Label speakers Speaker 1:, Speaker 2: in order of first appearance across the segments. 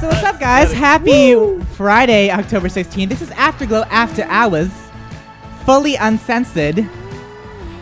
Speaker 1: So what's up, guys? Happy Friday, October 16th. This is Afterglow After Hours, fully uncensored.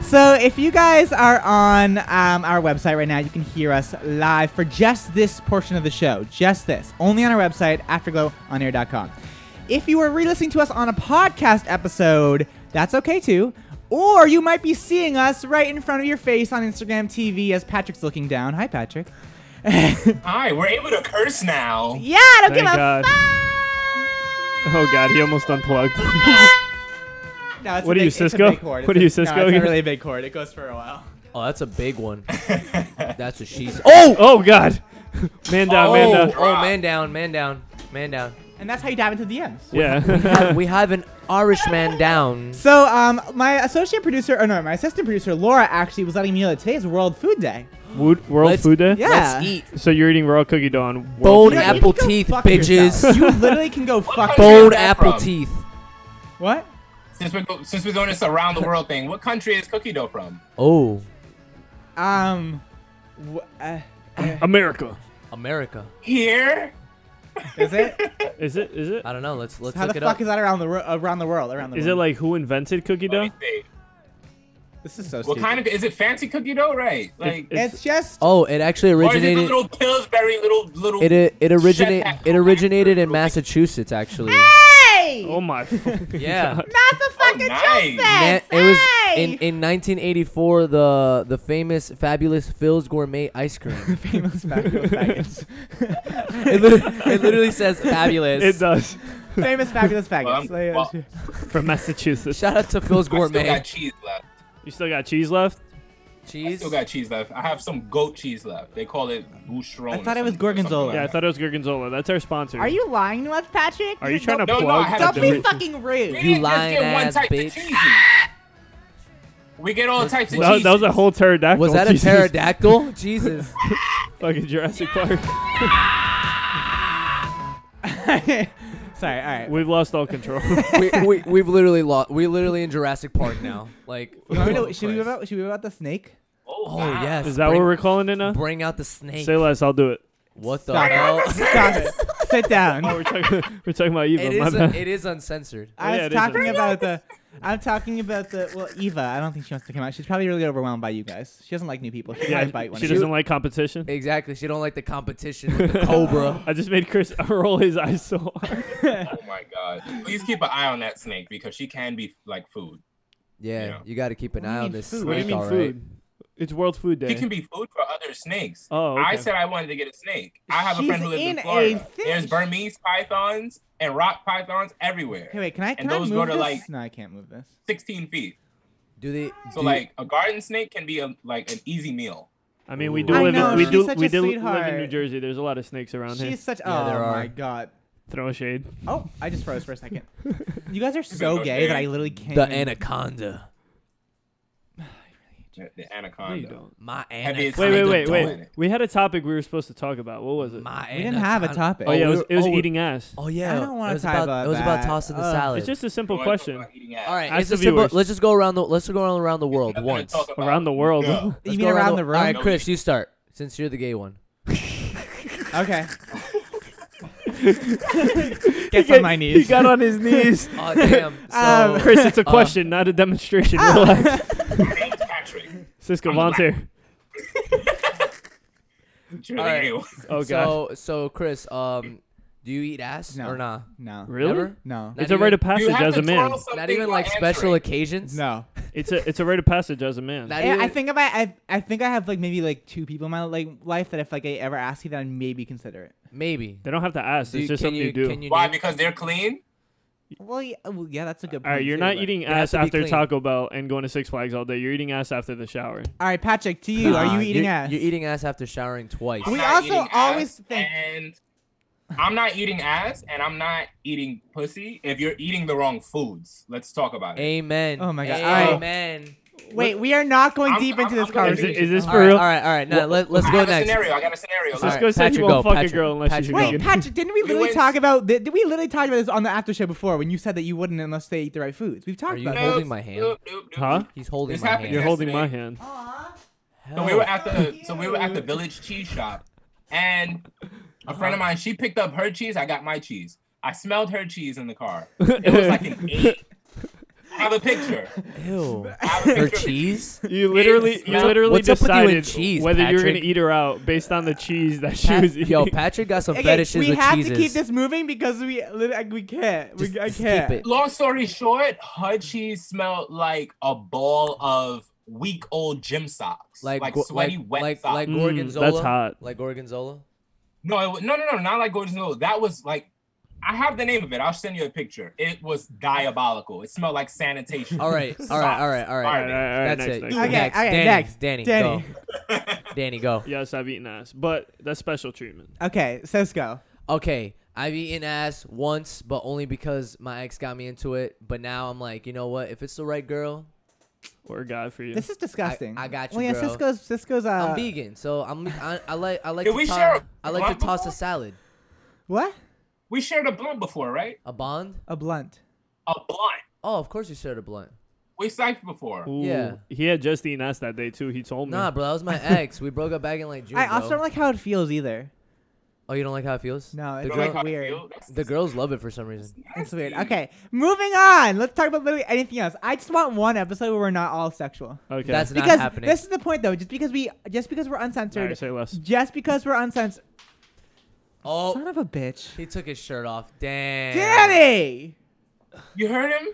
Speaker 1: So if you guys are on um, our website right now, you can hear us live for just this portion of the show, just this, only on our website, afterglowonair.com. If you are re-listening to us on a podcast episode, that's okay too. Or you might be seeing us right in front of your face on Instagram TV as Patrick's looking down. Hi, Patrick.
Speaker 2: Hi, we're able to curse now.
Speaker 1: Oh, Yeah, I don't
Speaker 3: Thank
Speaker 1: give a
Speaker 3: God. Oh God, he almost unplugged.
Speaker 1: No, it's
Speaker 3: What
Speaker 1: a
Speaker 3: are you,
Speaker 1: big- it's a
Speaker 3: Cisco?
Speaker 1: big chord.
Speaker 3: What
Speaker 1: It's
Speaker 3: are you,
Speaker 1: a-
Speaker 3: Cisco?
Speaker 1: No, it's
Speaker 3: Yeah.
Speaker 1: a really big chord. It goes for a while.
Speaker 4: Oh, that's a big one. That's what she said.
Speaker 3: oh, oh God, man down, man
Speaker 4: oh,
Speaker 3: down.
Speaker 4: oh, man down, man down, man down.
Speaker 1: And that's how you dive into the DMs.
Speaker 3: Yeah.
Speaker 4: We have an Irish man down.
Speaker 1: So, um, my associate producer, or no, my assistant producer, Laura, actually was letting me know that today is World Food Day.
Speaker 3: Wood, World
Speaker 4: Let's-
Speaker 3: Food Day.
Speaker 1: Yeah.
Speaker 4: Let's eat
Speaker 3: So you're eating raw cookie dough on World
Speaker 4: Bone
Speaker 3: Food Day.
Speaker 4: apple
Speaker 1: You can go
Speaker 4: teeth,
Speaker 1: fuck
Speaker 4: bitches.
Speaker 1: yourself. You literally can go fuck.
Speaker 2: Where is
Speaker 4: bone
Speaker 2: that
Speaker 4: apple
Speaker 2: from?
Speaker 4: teeth.
Speaker 1: What?
Speaker 2: Since we're go- since we're doing this around the world thing, what country is cookie dough from?
Speaker 4: Oh,
Speaker 1: Um, wh- uh,
Speaker 3: America.
Speaker 4: America.
Speaker 2: Here.
Speaker 1: is it?
Speaker 3: Is it? Is it?
Speaker 4: I don't know. Let's let's
Speaker 1: how
Speaker 4: look
Speaker 1: the
Speaker 4: it
Speaker 1: fuck
Speaker 4: up.
Speaker 1: is that around the ro- around the world? Around the
Speaker 3: Is it
Speaker 1: world.
Speaker 3: like who invented cookie
Speaker 2: Let me
Speaker 3: dough?
Speaker 2: see.
Speaker 1: this is so
Speaker 2: What
Speaker 1: stupid.
Speaker 2: kind of is it? Fancy cookie dough, right? Like,
Speaker 3: it-
Speaker 1: it's just
Speaker 4: oh, it actually
Speaker 2: or is it the
Speaker 4: originated.
Speaker 2: little Pillsbury little little?
Speaker 4: It it, it originated
Speaker 2: Shut that
Speaker 4: it
Speaker 2: fuck
Speaker 4: originated
Speaker 2: up.
Speaker 4: in Massachusetts actually.
Speaker 1: hey,
Speaker 3: Oh my. fucking
Speaker 4: Yeah.
Speaker 3: God.
Speaker 1: not the fucking
Speaker 2: Oh, nice.
Speaker 4: Man,
Speaker 1: justice.
Speaker 4: it was
Speaker 1: hey!
Speaker 4: in, in 1984 the the famous fabulous Phil's gourmet ice cream.
Speaker 1: famous fabulous faggots.
Speaker 4: it, lit- it literally says fabulous.
Speaker 3: It does.
Speaker 1: famous fabulous faggots.
Speaker 2: Well, I'm-
Speaker 1: Like,
Speaker 2: well,
Speaker 3: From Massachusetts.
Speaker 4: Shout out to Phil's
Speaker 2: I still
Speaker 4: gourmet.
Speaker 2: got cheese left.
Speaker 3: You still got cheese left?
Speaker 4: Cheese.
Speaker 2: Still got cheese left. I have some goat cheese left. They call it boucheron.
Speaker 1: I
Speaker 2: or
Speaker 1: thought it was
Speaker 2: something- or something
Speaker 1: gorgonzola.
Speaker 2: like
Speaker 3: Yeah, I
Speaker 2: that.
Speaker 3: thought it was Gorgonzola. That's our sponsor.
Speaker 1: Are you lying to us, Patrick?
Speaker 3: Are you trying to
Speaker 1: don't,
Speaker 2: No, no, I
Speaker 3: plug?
Speaker 2: had
Speaker 3: a
Speaker 1: Don't be
Speaker 3: different-
Speaker 1: fucking rude.
Speaker 2: We
Speaker 4: You
Speaker 2: didn't just get one
Speaker 4: lying-ass
Speaker 2: type of
Speaker 4: bitch.
Speaker 2: cheesy. We get all types of
Speaker 3: That was,
Speaker 2: cheese.
Speaker 3: that was a whole pterodactyl.
Speaker 4: Was that a
Speaker 3: Jesus.
Speaker 4: pterodactyl? Jesus.
Speaker 3: Fucking Jurassic Park.
Speaker 1: Sorry, all right.
Speaker 3: We've lost all control.
Speaker 4: we, we, we've literally lost. We're literally in Jurassic Park now. Like,
Speaker 1: You want me to-
Speaker 4: oh,
Speaker 1: should, we
Speaker 4: Christ.
Speaker 1: go about, should we go about the snake?
Speaker 2: Oh,
Speaker 4: Oh
Speaker 2: wow.
Speaker 4: yes.
Speaker 3: Is that
Speaker 4: bring,
Speaker 3: what we're calling it now?
Speaker 4: Bring out the snake.
Speaker 3: Say less. I'll do it.
Speaker 4: what the
Speaker 1: Stop
Speaker 4: hell?
Speaker 1: it. Stop it. Sit down.
Speaker 3: Oh, we're talking. we're talking about Eva.
Speaker 4: It
Speaker 3: my
Speaker 4: is.
Speaker 3: bad.
Speaker 4: it is uncensored.
Speaker 1: I
Speaker 3: Yeah,
Speaker 1: was
Speaker 3: it is
Speaker 1: talking
Speaker 3: a-
Speaker 1: about the. I'm talking about the. Well, Eva, I don't think she wants to come out. She's probably really overwhelmed by you guys. She doesn't like new people. She might bite
Speaker 3: yeah,
Speaker 1: one
Speaker 3: she
Speaker 1: of you.
Speaker 3: doesn't like competition.
Speaker 4: Exactly. She don't like the competition with the cobra.
Speaker 3: I just made Chris roll his eyes so hard.
Speaker 2: Oh my god. Please keep an eye on that snake because she can be like food.
Speaker 4: Yeah,
Speaker 2: Yeah.
Speaker 4: you got to keep an
Speaker 1: What do you
Speaker 4: eye on
Speaker 1: mean
Speaker 4: this
Speaker 1: food?
Speaker 4: snake.
Speaker 1: What do you
Speaker 4: all right.
Speaker 3: It's World Food Day.
Speaker 2: She can be food for other snakes.
Speaker 3: Oh,
Speaker 2: I
Speaker 3: okay.
Speaker 2: said I wanted to get a snake. I have
Speaker 1: She's
Speaker 2: a friend who lives in,
Speaker 1: in a
Speaker 2: Florida.
Speaker 1: thing.
Speaker 2: There's Burmese pythons and rock pythons everywhere.
Speaker 1: Hey, wait, can I, can
Speaker 2: And
Speaker 1: I
Speaker 2: those
Speaker 1: move
Speaker 2: go to,
Speaker 1: this?
Speaker 2: like-
Speaker 1: no, I can't move this.
Speaker 2: 16 feet.
Speaker 4: Do they?
Speaker 2: So
Speaker 4: do-
Speaker 2: like a garden snake can be a, like an easy meal.
Speaker 3: I mean, we
Speaker 4: Ooh.
Speaker 3: do
Speaker 4: I
Speaker 3: live.
Speaker 4: know,
Speaker 3: in, we
Speaker 4: she's
Speaker 3: do.
Speaker 1: such
Speaker 3: we
Speaker 1: a
Speaker 3: do live
Speaker 1: sweetheart.
Speaker 3: in New Jersey. There's a lot of snakes around here.
Speaker 1: She's such.
Speaker 4: Yeah,
Speaker 1: oh
Speaker 4: there
Speaker 1: my
Speaker 4: are.
Speaker 1: god.
Speaker 3: Throw shade.
Speaker 1: Oh, I just froze for a second. You guys are so gay that I literally can't.
Speaker 4: the
Speaker 1: even-
Speaker 4: anaconda.
Speaker 2: The, the
Speaker 3: No, you
Speaker 2: anaconda.
Speaker 3: don't.
Speaker 4: My
Speaker 2: you
Speaker 4: anaconda.
Speaker 2: seen
Speaker 3: Wait, wait, wait,
Speaker 2: don't.
Speaker 3: wait. We had a topic we were supposed to talk about. What was it?
Speaker 4: My
Speaker 1: We didn't have a
Speaker 4: anaconda.
Speaker 1: topic.
Speaker 3: oh yeah, it
Speaker 4: we
Speaker 3: was,
Speaker 4: were-
Speaker 3: it was
Speaker 4: oh, we-
Speaker 3: eating ass.
Speaker 4: Oh yeah.
Speaker 1: I don't wanna
Speaker 4: it was
Speaker 1: talk about
Speaker 4: It was about
Speaker 1: that.
Speaker 4: tossing the
Speaker 1: Uh,
Speaker 4: salad.
Speaker 3: It's just a simple
Speaker 2: You wanna talk
Speaker 3: question.
Speaker 2: about eating ass?
Speaker 4: all right.
Speaker 3: ask
Speaker 4: it's
Speaker 3: the
Speaker 4: a simple-
Speaker 3: viewers.
Speaker 4: let's just go around the. Let's go around around the world
Speaker 2: Nothing to
Speaker 4: once.
Speaker 2: talk about.
Speaker 3: Around the world.
Speaker 2: Yeah.
Speaker 1: You
Speaker 4: Let's
Speaker 1: mean
Speaker 4: go
Speaker 1: around the
Speaker 4: All
Speaker 1: room?
Speaker 4: right, Chris, you start since you're the gay one.
Speaker 1: Okay. Gets on my
Speaker 3: He
Speaker 1: knees.
Speaker 3: got on his knees.
Speaker 4: Oh damn. So
Speaker 1: Um,
Speaker 3: Chris, it's a question, not a demonstration. Relax.
Speaker 2: Thanks, Patrick.
Speaker 3: Cisco
Speaker 2: I'm black.
Speaker 3: volunteer.
Speaker 2: It's really
Speaker 4: All right.
Speaker 2: you.
Speaker 3: Oh god.
Speaker 4: so so Chris, um, do you eat ass
Speaker 1: No.
Speaker 4: or nah?
Speaker 1: no.
Speaker 3: Really?
Speaker 4: Never?
Speaker 1: No.
Speaker 4: Not
Speaker 3: It's a rite
Speaker 4: even-
Speaker 3: of passage
Speaker 2: You have
Speaker 3: as
Speaker 2: to
Speaker 3: a man.
Speaker 2: twirl something
Speaker 4: Not even
Speaker 2: while
Speaker 4: like special
Speaker 2: answering.
Speaker 4: occasions.
Speaker 1: No.
Speaker 3: It's a it's a rite of passage as a man.
Speaker 4: Not
Speaker 1: I, I
Speaker 4: even-
Speaker 1: think if I, I I think I have like maybe like two people in my like life that if like I ever ask you that I'd maybe consider it.
Speaker 4: Maybe.
Speaker 3: They don't have to ask.
Speaker 4: Do
Speaker 3: it's
Speaker 4: you-
Speaker 3: just
Speaker 4: can
Speaker 3: something
Speaker 4: you,
Speaker 3: you, do.
Speaker 4: Can you
Speaker 2: Why?
Speaker 4: name-
Speaker 2: Because they're clean.
Speaker 1: Well, yeah, well, yeah that's a good point.
Speaker 3: all right, you're
Speaker 1: too,
Speaker 3: not
Speaker 1: but-
Speaker 3: eating
Speaker 4: have
Speaker 3: ass
Speaker 4: to be
Speaker 3: after
Speaker 4: clean.
Speaker 3: Taco Bell and going to Six Flags all day. You're eating ass after the shower.
Speaker 1: All right, Patrick, to you. Are
Speaker 4: Nah,
Speaker 1: you eating
Speaker 4: you're,
Speaker 1: ass?
Speaker 4: You're eating ass after showering twice.
Speaker 2: I'm
Speaker 1: We
Speaker 2: not
Speaker 1: also
Speaker 2: eating
Speaker 1: always
Speaker 2: ass,
Speaker 1: think-
Speaker 2: And I'm not eating ass, and I'm not eating pussy. If you're eating the wrong foods, let's talk about it.
Speaker 4: Amen.
Speaker 1: Oh my God. All right.
Speaker 4: Amen.
Speaker 1: Wait, we are not going
Speaker 2: I'm-
Speaker 1: deep
Speaker 2: I'm-
Speaker 1: into this
Speaker 2: I'm gonna
Speaker 3: Is,
Speaker 1: conversation.
Speaker 3: it, is this
Speaker 4: All
Speaker 3: for
Speaker 4: right,
Speaker 3: real?
Speaker 4: all right, all right. Now let, let's
Speaker 2: I
Speaker 4: go
Speaker 2: have a
Speaker 4: next.
Speaker 2: scenario. I got a scenario.
Speaker 3: Cisco
Speaker 4: All right,
Speaker 3: said you
Speaker 4: Patrick,
Speaker 3: won't
Speaker 4: go,
Speaker 3: fuck
Speaker 4: Patrick,
Speaker 3: a girl unless
Speaker 4: Patrick,
Speaker 3: you
Speaker 4: go.
Speaker 1: Wait,
Speaker 3: vegan.
Speaker 1: Patrick, didn't we literally
Speaker 2: went-
Speaker 1: talk about th- did we literally talk about this on the after show before when you said that you wouldn't unless they eat the right foods? We've talked
Speaker 4: Are you
Speaker 1: about
Speaker 4: No. holding my hand?
Speaker 2: Nope, nope, nope.
Speaker 3: Huh?
Speaker 4: He's holding
Speaker 2: This
Speaker 4: my
Speaker 2: happened
Speaker 3: You're
Speaker 4: hand.
Speaker 3: holding my
Speaker 2: Yesterday.
Speaker 3: hand.
Speaker 4: Oh,
Speaker 1: this.
Speaker 2: So we were at
Speaker 1: Thank
Speaker 2: the so we were at the
Speaker 1: you.
Speaker 2: Village Cheese Shop, and A friend of
Speaker 1: Uh-huh.
Speaker 2: mine, she picked up her cheese. I got my cheese. I smelled her cheese in the car. It was like an eight. I have a picture.
Speaker 4: Ew.
Speaker 2: I have a
Speaker 4: Or
Speaker 2: picture.
Speaker 4: cheese?
Speaker 3: You literally, you
Speaker 2: What's up-
Speaker 3: literally
Speaker 4: what's up with you and
Speaker 3: decided
Speaker 4: cheese,
Speaker 3: whether you were gonna
Speaker 4: Patrick?
Speaker 3: eat her out based on the cheese that she
Speaker 4: Pat-
Speaker 3: was eating.
Speaker 4: yo, Patrick got some
Speaker 1: Okay,
Speaker 4: fetishes
Speaker 1: we
Speaker 4: with
Speaker 1: have
Speaker 4: cheeses.
Speaker 1: to keep this moving because we lit- like, we can't.
Speaker 4: Just-
Speaker 1: we, I
Speaker 4: just keep
Speaker 1: can't.
Speaker 4: it.
Speaker 2: Long story short, her cheese smelled like a ball of week old gym socks, like,
Speaker 4: go-
Speaker 2: sweaty
Speaker 4: like,
Speaker 2: wet
Speaker 4: like,
Speaker 2: socks.
Speaker 4: like
Speaker 3: Mm,
Speaker 4: gorgonzola.
Speaker 3: that's hot.
Speaker 4: Like gorgonzola.
Speaker 2: No, it, wa- no, no, no, not like Gorgonzola. That was like, I have the name of it. I'll send you a picture. It was diabolical. It smelled like sanitation.
Speaker 4: All right, all right, all right, all right.
Speaker 3: All
Speaker 2: Alright.
Speaker 3: right, all right,
Speaker 4: That's
Speaker 3: next,
Speaker 4: it.
Speaker 3: next,
Speaker 4: You
Speaker 1: Okay,
Speaker 3: next.
Speaker 4: next.
Speaker 1: okay,
Speaker 4: Danny,
Speaker 1: next.
Speaker 4: Danny,
Speaker 1: Danny.
Speaker 4: go. Danny, go.
Speaker 3: Yes, I've eaten ass, but that's special treatment.
Speaker 1: Okay, Cisco.
Speaker 4: Okay, I've eaten ass once, but only because my ex got me into it. But now I'm like, you know what? If it's the right girl,
Speaker 3: Or God for you.
Speaker 1: This is disgusting.
Speaker 4: I got you,
Speaker 1: Well, yeah,
Speaker 4: girl.
Speaker 1: Cisco's Cisco's. Uh,
Speaker 4: I'm vegan, so I'm. I, I like. I like.
Speaker 2: Did
Speaker 4: to
Speaker 2: we
Speaker 4: to-
Speaker 2: share a
Speaker 4: I like
Speaker 2: blunt
Speaker 4: to toss a
Speaker 2: before?
Speaker 4: salad,
Speaker 1: What?
Speaker 2: We shared a blunt before, right?
Speaker 4: a bond.
Speaker 1: A blunt.
Speaker 2: A blunt.
Speaker 4: Oh, of course you shared a blunt.
Speaker 2: We psyched before.
Speaker 3: Ooh,
Speaker 4: yeah.
Speaker 3: He had just eaten ass that day too. He told me.
Speaker 4: Nah, bro, that was my ex. We broke up back in like June.
Speaker 1: I also
Speaker 4: bro.
Speaker 1: don't like how it feels either.
Speaker 4: Oh, you don't like how it feels?
Speaker 1: No,
Speaker 4: the,
Speaker 1: it's
Speaker 2: You know,
Speaker 4: girl,
Speaker 2: like how I
Speaker 1: weird.
Speaker 2: feel? That's
Speaker 4: the girls love it for some reason.
Speaker 1: It's
Speaker 2: nasty.
Speaker 1: weird. Okay, moving on. Let's talk about literally anything else. I just want one episode where we're not all sexual.
Speaker 3: Okay.
Speaker 4: That's not
Speaker 1: because
Speaker 4: happening.
Speaker 1: this is the point, though. Just because we, just because we're uncensored,
Speaker 3: Alright, say less.
Speaker 1: just because we're uncensored, son
Speaker 4: oh,
Speaker 1: of a bitch,
Speaker 4: he took his shirt off. Damn.
Speaker 1: Danny.
Speaker 2: You heard him?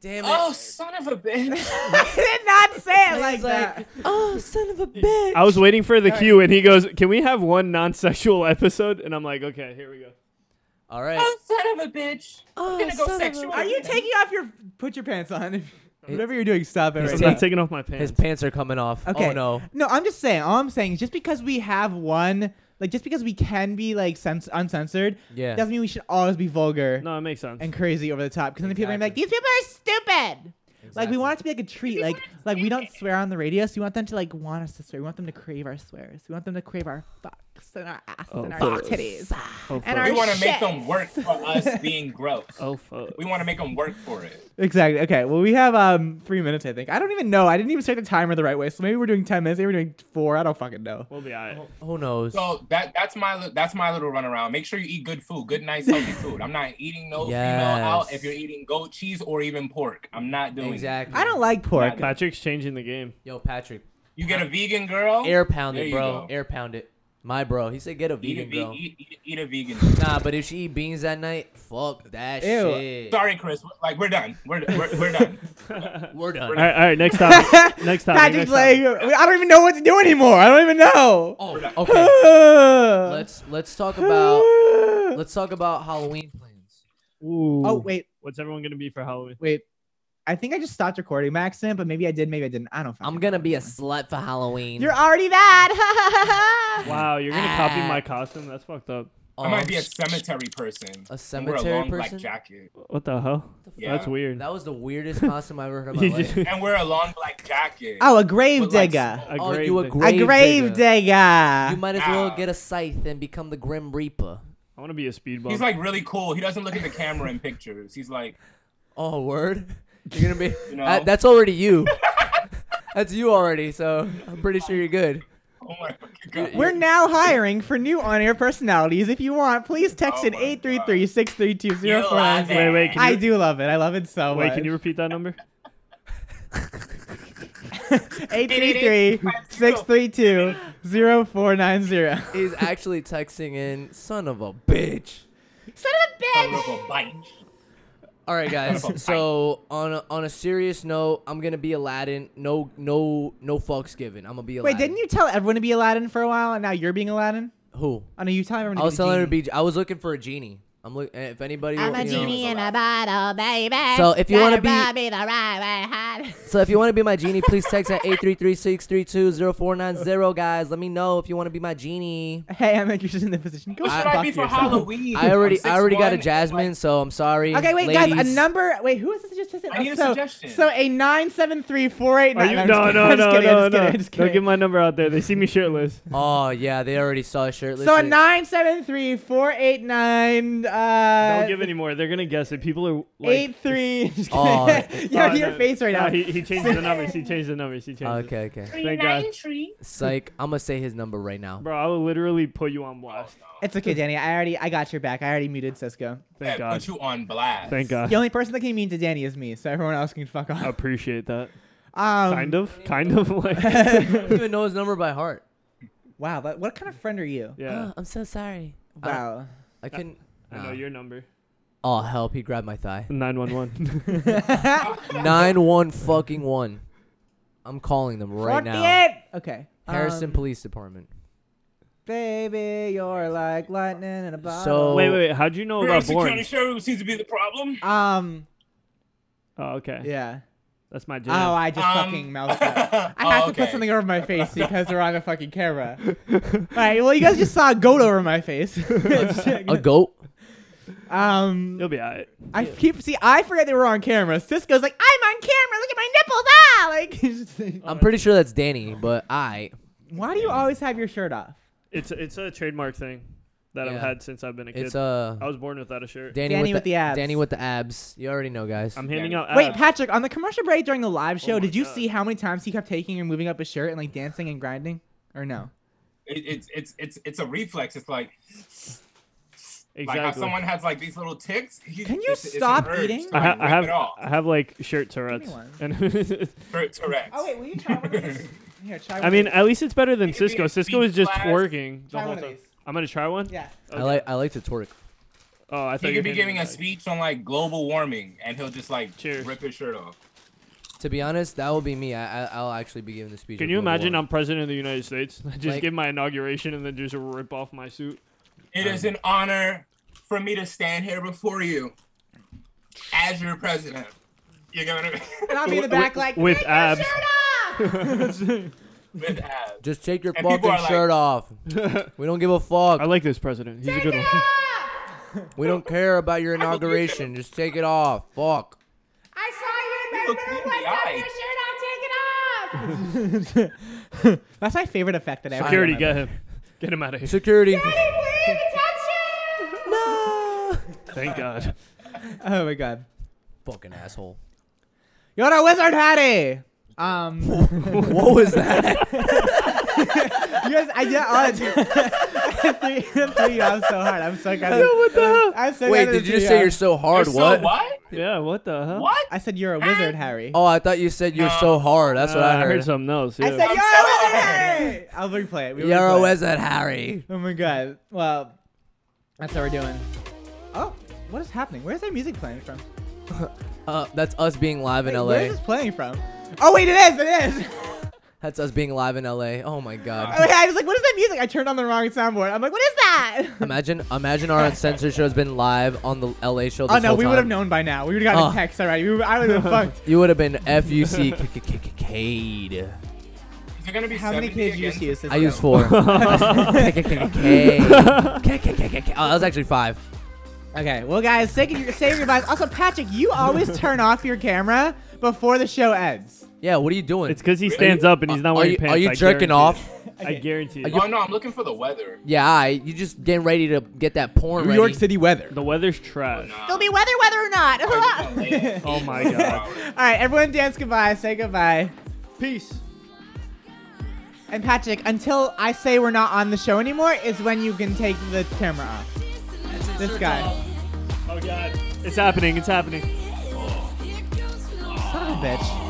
Speaker 4: Damn it.
Speaker 2: Oh, son of a bitch.
Speaker 1: I did not say it like
Speaker 4: He's like,
Speaker 1: that.
Speaker 4: oh, son of a bitch.
Speaker 3: I was waiting for the cue, and he goes, "Can we have one non-sexual episode?" And I'm like, "Okay, here we go."
Speaker 4: All right.
Speaker 2: oh, son of a bitch.
Speaker 4: Oh,
Speaker 2: I'm gonna go
Speaker 4: son of a-
Speaker 2: sexual.
Speaker 1: Are you taking off your? Put your pants on. Whatever you're doing, stop it.
Speaker 4: He's
Speaker 1: right
Speaker 3: I'm
Speaker 1: now.
Speaker 3: not taking off my
Speaker 4: His
Speaker 3: pants.
Speaker 4: pants are coming off.
Speaker 1: Okay.
Speaker 4: Oh no.
Speaker 1: No, I'm just saying. All I'm saying is just because we have one, like just because we can be like sens- uncensored,
Speaker 4: Yeah.
Speaker 1: doesn't mean we should always be vulgar
Speaker 3: No, it makes sense.
Speaker 1: and crazy over the top. Because then the people are gonna be like,
Speaker 4: Exactly.
Speaker 1: these people are stupid. Like we
Speaker 4: Exactly.
Speaker 1: want it to be like a treat. Like like we don't swear on the radio, so we want them to like want us to swear. We want them to crave our swears. We want them to crave our fucks and our ass
Speaker 3: Oh,
Speaker 1: and our
Speaker 3: fucks.
Speaker 1: titties.
Speaker 3: oh, fuck.
Speaker 1: and our
Speaker 2: We want to make
Speaker 1: shit.
Speaker 2: them work for us being gross.
Speaker 3: oh fuck.
Speaker 2: We want to make them work for it.
Speaker 1: Exactly. Okay. Well, we have um three minutes, I think. I don't even know. I didn't even start the timer the right way, so maybe we're doing ten minutes. Maybe we're doing four. I don't fucking know.
Speaker 3: We'll be
Speaker 1: Oh,
Speaker 3: alright.
Speaker 4: Who knows?
Speaker 2: So that that's my li- that's my little runaround. Make sure you eat good food, good nice healthy food. I'm not eating no female out
Speaker 4: Yes.
Speaker 2: if you're eating goat cheese or even pork. I'm not doing it.
Speaker 4: exactly.
Speaker 1: I don't like pork.
Speaker 2: Yeah,
Speaker 3: Patrick's changing the game.
Speaker 4: Yo, Patrick.
Speaker 2: You get a vegan girl,
Speaker 4: uh,
Speaker 2: Oh,
Speaker 4: Air
Speaker 2: there
Speaker 4: pounded,
Speaker 2: you go.
Speaker 4: bro. Air pounded. My bro. He said get a
Speaker 2: eat, a
Speaker 4: vegan
Speaker 2: ve-
Speaker 4: girl.
Speaker 2: eat, eat, eat a vegan.
Speaker 4: Nah, but if she eat beans that night, fuck that
Speaker 1: Ew.
Speaker 4: shit.
Speaker 2: Sorry, Chris. Like we're done. We're we're, we're done.
Speaker 4: We're done.
Speaker 3: All right, all right. Next topic. next topic.
Speaker 1: Patrick's
Speaker 3: next
Speaker 1: like,
Speaker 3: topic.
Speaker 1: I don't even know what to do anymore. I don't even know.
Speaker 4: Oh, okay. Let's let's talk about let's talk about Halloween plans.
Speaker 3: Ooh.
Speaker 1: Oh wait,
Speaker 3: What's everyone gonna be for Halloween?
Speaker 1: wait. I think I just stopped recording by accident, but maybe I did, maybe I didn't. I don't. fucking
Speaker 4: I'm gonna
Speaker 1: know.
Speaker 4: be a slut for Halloween.
Speaker 1: You're already bad.
Speaker 3: Wow, you're gonna copy
Speaker 4: Ah.
Speaker 3: my costume? That's fucked up.
Speaker 4: Oh,
Speaker 2: I might be a cemetery person.
Speaker 4: a
Speaker 2: and wear a
Speaker 4: cemetery
Speaker 2: long
Speaker 4: person?
Speaker 2: black jacket.
Speaker 3: What the hell?
Speaker 2: Yeah.
Speaker 3: That's weird.
Speaker 4: that was the weirdest costume I ever heard in
Speaker 3: He
Speaker 4: my
Speaker 3: just-
Speaker 4: life.
Speaker 2: And wear a long black jacket.
Speaker 1: oh, a grave
Speaker 2: with, like,
Speaker 1: digger.
Speaker 2: smoke.
Speaker 3: A
Speaker 4: oh,
Speaker 3: grave
Speaker 4: you a
Speaker 3: dig-
Speaker 1: A
Speaker 4: grave,
Speaker 1: grave
Speaker 4: digger. You
Speaker 1: digger.
Speaker 4: might as well
Speaker 2: Ah.
Speaker 4: get a scythe and become the Grim Reaper.
Speaker 3: I want to be a speed bump.
Speaker 2: He's like really cool. He doesn't look at the camera in pictures. He's like,
Speaker 4: Oh, word. You're gonna be.
Speaker 2: You know?
Speaker 4: that- that's already you. that's you already. So I'm pretty sure you're good.
Speaker 2: oh my fucking god.
Speaker 1: We're now hiring for new on-air personalities. If you want, please text
Speaker 2: Oh
Speaker 1: in
Speaker 2: my
Speaker 1: 833-632-0496.
Speaker 2: You
Speaker 3: wait, wait. Can
Speaker 1: I
Speaker 3: you,
Speaker 1: do love it. I love it so
Speaker 3: Wait,
Speaker 1: much.
Speaker 3: can you repeat that number?
Speaker 1: 833-632-0490.
Speaker 4: He's actually texting in, son of a bitch.
Speaker 1: Son of a
Speaker 2: Son of a bitch.
Speaker 4: All right, guys.
Speaker 2: Son of a
Speaker 4: So on a, on a serious note, I'm gonna be Aladdin. No, no, no fucks given. I'm gonna be Aladdin.
Speaker 1: Wait, didn't you tell everyone to be Aladdin for a while, and now you're being Aladdin?
Speaker 4: Who?
Speaker 1: Oh no, you tell everyone. To
Speaker 4: I was
Speaker 1: be the
Speaker 4: telling her to
Speaker 1: genie.
Speaker 4: be. I was looking for a genie. I'm look. If anybody.
Speaker 5: I'm a
Speaker 4: you know-
Speaker 5: genie in a bottle, baby.
Speaker 4: So if you wanna
Speaker 5: Gotta
Speaker 4: be-
Speaker 5: rub me the right way, honey.
Speaker 4: So if you want to be my genie, please text at 833-632-0490, guys. Let me know if you want to be my genie.
Speaker 1: Hey, I'm interested in the position. Go
Speaker 2: What should
Speaker 1: fuck
Speaker 2: I, be for
Speaker 1: yourself.
Speaker 2: Halloween?
Speaker 4: I already,
Speaker 2: I'm
Speaker 4: I already got a
Speaker 2: 6'1",
Speaker 4: Jasmine, so I'm sorry.
Speaker 1: Okay, wait, guys. A
Speaker 4: ladies.
Speaker 1: number. Wait, who is this suggestion?
Speaker 2: I need a
Speaker 1: so,
Speaker 2: suggestion.
Speaker 1: So a nine seven three four eight
Speaker 3: Are
Speaker 1: nine.
Speaker 3: you?
Speaker 1: I'm just
Speaker 3: No,
Speaker 1: kidding,
Speaker 3: no, no,
Speaker 1: I'm just kidding,
Speaker 3: no,
Speaker 1: I'm just kidding,
Speaker 3: no.
Speaker 1: I'm just
Speaker 3: Don't
Speaker 1: kidding.
Speaker 3: give my number out there. They see me shirtless.
Speaker 4: Oh yeah, they already saw a shirtless.
Speaker 1: So a
Speaker 4: thing.
Speaker 1: nine seven three four eight nine uh,
Speaker 3: Don't give any more. They're gonna guess it. People are like.
Speaker 1: eight three. Just
Speaker 4: Oh.
Speaker 1: kidding. you have
Speaker 3: Oh,
Speaker 1: your
Speaker 3: no.
Speaker 1: face right
Speaker 3: No,
Speaker 1: now.
Speaker 3: he, he changed the numbers. He changed the numbers. He changed. it.
Speaker 4: Okay, okay.
Speaker 3: Thank God,
Speaker 4: Psych. I'm gonna say his number right now.
Speaker 3: bro. I will literally put you on blast.
Speaker 1: it's okay, Danny. I already I got your back. I already muted Cisco.
Speaker 3: Thank
Speaker 2: Yeah,
Speaker 3: God.
Speaker 2: Put you on blast.
Speaker 3: Thank
Speaker 1: The
Speaker 3: God.
Speaker 1: only person that can mean to Danny is me, so everyone else can fuck off.
Speaker 3: I appreciate that.
Speaker 1: Um,
Speaker 3: Kind of. Kind of like.
Speaker 4: I don't even know his number by heart.
Speaker 1: Wow, but what kind of friend are you?
Speaker 3: Yeah.
Speaker 4: I'm so sorry.
Speaker 1: Wow.
Speaker 4: I couldn't.
Speaker 3: I know
Speaker 4: nah.
Speaker 3: your number.
Speaker 4: Oh help! He grabbed my thigh.
Speaker 3: Nine one one.
Speaker 4: Nine one fucking one. I'm calling them right now.
Speaker 1: 48! Okay.
Speaker 4: Harrison
Speaker 1: Um,
Speaker 4: Police Department.
Speaker 1: baby, you're like lightning in a
Speaker 4: So-
Speaker 1: bottle.
Speaker 3: Wait, wait. How'd you know about
Speaker 2: Harrison
Speaker 3: Born?
Speaker 2: County Sheriff seems to be the problem.
Speaker 1: So, um,
Speaker 3: Oh, okay.
Speaker 1: yeah.
Speaker 3: That's my
Speaker 1: Oh,
Speaker 3: jam.
Speaker 1: I just
Speaker 2: Um,
Speaker 1: fucking mouthed that. I
Speaker 2: Oh,
Speaker 1: have to put
Speaker 2: okay.
Speaker 1: something over my face because we're on a fucking camera. All right, well, you guys just saw a goat over my face.
Speaker 4: A goat.
Speaker 1: um,
Speaker 3: You'll be alright.
Speaker 1: I keep see. I forget they were on camera. Cisco's like, I'm on camera. Look at my nipples. Ah, like, he's just-
Speaker 4: I'm pretty sure that's Danny, but I.
Speaker 1: why do you always have your shirt off?
Speaker 3: It's it's a trademark thing that
Speaker 4: Yeah.
Speaker 3: I've had since I've been a kid.
Speaker 4: It's uh
Speaker 3: I was born without a shirt.
Speaker 4: Danny,
Speaker 1: Danny
Speaker 4: with,
Speaker 1: with
Speaker 4: the,
Speaker 1: the abs.
Speaker 4: Danny with the abs. You already know, guys.
Speaker 3: I'm handing
Speaker 2: Yeah.
Speaker 3: out.
Speaker 1: Wait,
Speaker 3: apps.
Speaker 1: Patrick, on the commercial break during the live show,
Speaker 3: Uh, Oh my
Speaker 1: did you
Speaker 3: God.
Speaker 1: see how many times he kept taking and moving up his shirt and like dancing and grinding? Or no?
Speaker 2: It, it's it's it's it's a reflex. It's like
Speaker 3: exactly.
Speaker 2: like how someone has like these little ticks. you-
Speaker 1: Can you
Speaker 2: it's- it's an
Speaker 1: stop
Speaker 2: urge
Speaker 1: eating?
Speaker 2: to,
Speaker 3: I, ha-
Speaker 2: like,
Speaker 3: I
Speaker 2: rip
Speaker 3: have
Speaker 2: it off.
Speaker 3: I have like shirt Tourette's,
Speaker 1: one.
Speaker 3: and
Speaker 2: Tur- Tourette's.
Speaker 1: Oh, will you try one of these? Here, try
Speaker 3: I mean uh, at least it's better than
Speaker 2: It could be
Speaker 3: Cisco.
Speaker 2: a
Speaker 3: Cisco is just
Speaker 2: B-class.
Speaker 3: twerking the
Speaker 1: Try
Speaker 3: whole
Speaker 1: one of
Speaker 3: time.
Speaker 1: these.
Speaker 3: I'm gonna try one.
Speaker 1: Yeah.
Speaker 4: I like I like to twerk.
Speaker 3: Oh, I thought
Speaker 2: He
Speaker 3: you
Speaker 2: could be
Speaker 3: handed
Speaker 2: giving
Speaker 3: me
Speaker 2: a
Speaker 3: that.
Speaker 2: speech on like global warming, and he'll just like
Speaker 3: Cheers.
Speaker 2: rip his shirt off.
Speaker 4: To be honest, that will be me. I, I I'll actually be giving the speech.
Speaker 3: Can
Speaker 4: of
Speaker 3: you
Speaker 4: World
Speaker 3: imagine
Speaker 4: War.
Speaker 3: I'm president of the United States? I just
Speaker 4: Like-
Speaker 3: give my inauguration and then just rip off my suit.
Speaker 2: It is an honor for me to stand here before you as your president. You're gonna
Speaker 1: And I'll be in the
Speaker 3: Wi-
Speaker 1: back like,
Speaker 3: with
Speaker 1: "Take your
Speaker 3: abs."
Speaker 1: shirt off!"
Speaker 2: with abs.
Speaker 4: Just take your
Speaker 2: And people
Speaker 4: fucking
Speaker 2: are like-
Speaker 4: shirt off. we don't give a fuck.
Speaker 3: I like this president. He's a good one.
Speaker 4: we don't care about your
Speaker 2: believe it.
Speaker 4: inauguration. Just take it off. Fuck.
Speaker 2: You look me in the eye.
Speaker 1: That's my favorite effect that I ever
Speaker 3: Security,
Speaker 1: done.
Speaker 3: get him. Get him out of here.
Speaker 4: Security.
Speaker 3: Thank God.
Speaker 1: Oh my god.
Speaker 4: Fucking asshole.
Speaker 1: You're a wizard, Harry! Um, you
Speaker 4: what was that?
Speaker 1: guys, I did all three, three, I'm so hard. I'm so good. what the hell? I'm so
Speaker 4: Wait,
Speaker 1: good at
Speaker 4: did you
Speaker 1: three
Speaker 4: just say you're
Speaker 1: hours.
Speaker 4: so hard?
Speaker 2: So
Speaker 4: what?
Speaker 2: what?
Speaker 3: Yeah. What the hell?
Speaker 2: What?
Speaker 1: I said you're a wizard, Harry.
Speaker 4: Oh, I thought you said you're so hard. That's
Speaker 3: Uh,
Speaker 4: what I heard.
Speaker 3: something else. Yeah.
Speaker 1: I said
Speaker 2: I'm
Speaker 1: you're a wizard,
Speaker 2: sorry.
Speaker 1: Harry! I'll replay it. We
Speaker 4: You're a
Speaker 1: replay it.
Speaker 4: wizard, Harry.
Speaker 1: Oh my god. Well, that's how we're doing. Oh, what is happening? Where's that music playing from?
Speaker 4: Uh, that's us being live in
Speaker 1: Wait,
Speaker 4: LA.
Speaker 1: Where's this playing from? Oh wait, it is. It is.
Speaker 4: That's us being live in LA. Oh my god.
Speaker 1: Oh, wait, I was like, what is that music? I turned on the wrong soundboard. I'm like, what is that?
Speaker 4: Imagine, imagine our uncensored show has been live on the LA show. This
Speaker 1: oh no,
Speaker 4: whole
Speaker 1: we
Speaker 4: time.
Speaker 1: would have known by now. We would have gotten
Speaker 4: Oh.
Speaker 1: a text already. We would, I would have been fucked.
Speaker 4: You would have been F U C K K K K K'd.
Speaker 2: Is there gonna be
Speaker 1: How many
Speaker 2: 70
Speaker 1: kids you just
Speaker 2: again?
Speaker 1: use?
Speaker 4: I used four. K K K K K. K K K K K. Oh, that was actually five.
Speaker 1: Okay, well guys, say your save your vibes. Also, Patrick, you always turn off your camera before the show ends.
Speaker 4: Yeah, what are you doing?
Speaker 3: It's because he stands up and he's not
Speaker 4: are
Speaker 3: wearing
Speaker 4: you,
Speaker 3: pants.
Speaker 4: Are you
Speaker 3: I
Speaker 4: jerking
Speaker 3: guarantee
Speaker 4: off?
Speaker 3: it. I guarantee it.
Speaker 2: Oh no, I'm looking for the weather.
Speaker 4: Yeah, I. You just getting ready to get that porn ready.
Speaker 1: City weather.
Speaker 3: The weather's trash.
Speaker 2: Oh,
Speaker 5: It'll be weather, whether or not.
Speaker 3: Oh my God.
Speaker 1: All right, everyone, dance goodbye. Say goodbye.
Speaker 3: Peace.
Speaker 1: And Patrick, until I say we're not on the show anymore, is when you can take the camera off. This guy.
Speaker 3: Oh God. It's happening. It's happening.
Speaker 1: Son of a bitch.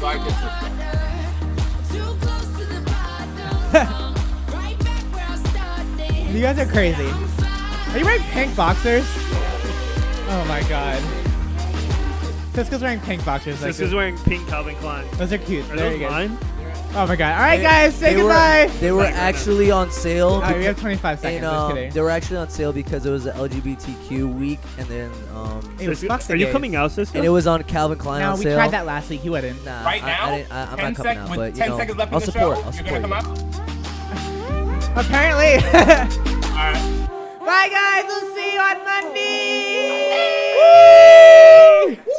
Speaker 2: Like this is-
Speaker 1: You guys are crazy. Are you wearing pink boxers? Oh my god. Cisco's wearing pink boxers. Like
Speaker 3: This is wearing pink Calvin Klein.
Speaker 1: those are cute.
Speaker 3: Are
Speaker 1: there
Speaker 3: those
Speaker 1: you go.
Speaker 3: mine?
Speaker 1: Oh my god. All right, guys, say
Speaker 4: They were-
Speaker 1: goodbye.
Speaker 4: They were actually on sale.
Speaker 1: All right, we have 25 seconds.
Speaker 4: And
Speaker 1: Just
Speaker 4: um,
Speaker 1: kidding.
Speaker 4: they were actually on sale because it was the LGBTQ week, and then um,
Speaker 1: It was
Speaker 3: Cisco-
Speaker 1: fuck the
Speaker 3: are you
Speaker 1: gays.
Speaker 3: coming out, Cisco?
Speaker 4: and it was on Calvin Klein
Speaker 1: No,
Speaker 4: on
Speaker 1: we
Speaker 4: sale.
Speaker 1: tried that last week. He wouldn't.
Speaker 4: Nah,
Speaker 2: Right
Speaker 4: I-
Speaker 2: now,
Speaker 4: I, didn't- I, am
Speaker 2: 10
Speaker 4: not coming
Speaker 2: sec-
Speaker 4: out,
Speaker 2: with
Speaker 4: but you
Speaker 2: 10
Speaker 4: know,
Speaker 2: seconds left
Speaker 4: I'll
Speaker 2: in the
Speaker 4: support.
Speaker 2: show,
Speaker 4: I'll
Speaker 2: you're
Speaker 4: support.
Speaker 2: gonna come
Speaker 4: you.
Speaker 2: out.
Speaker 1: Apparently.
Speaker 2: All right.
Speaker 1: Bye, guys. We'll see you on Monday.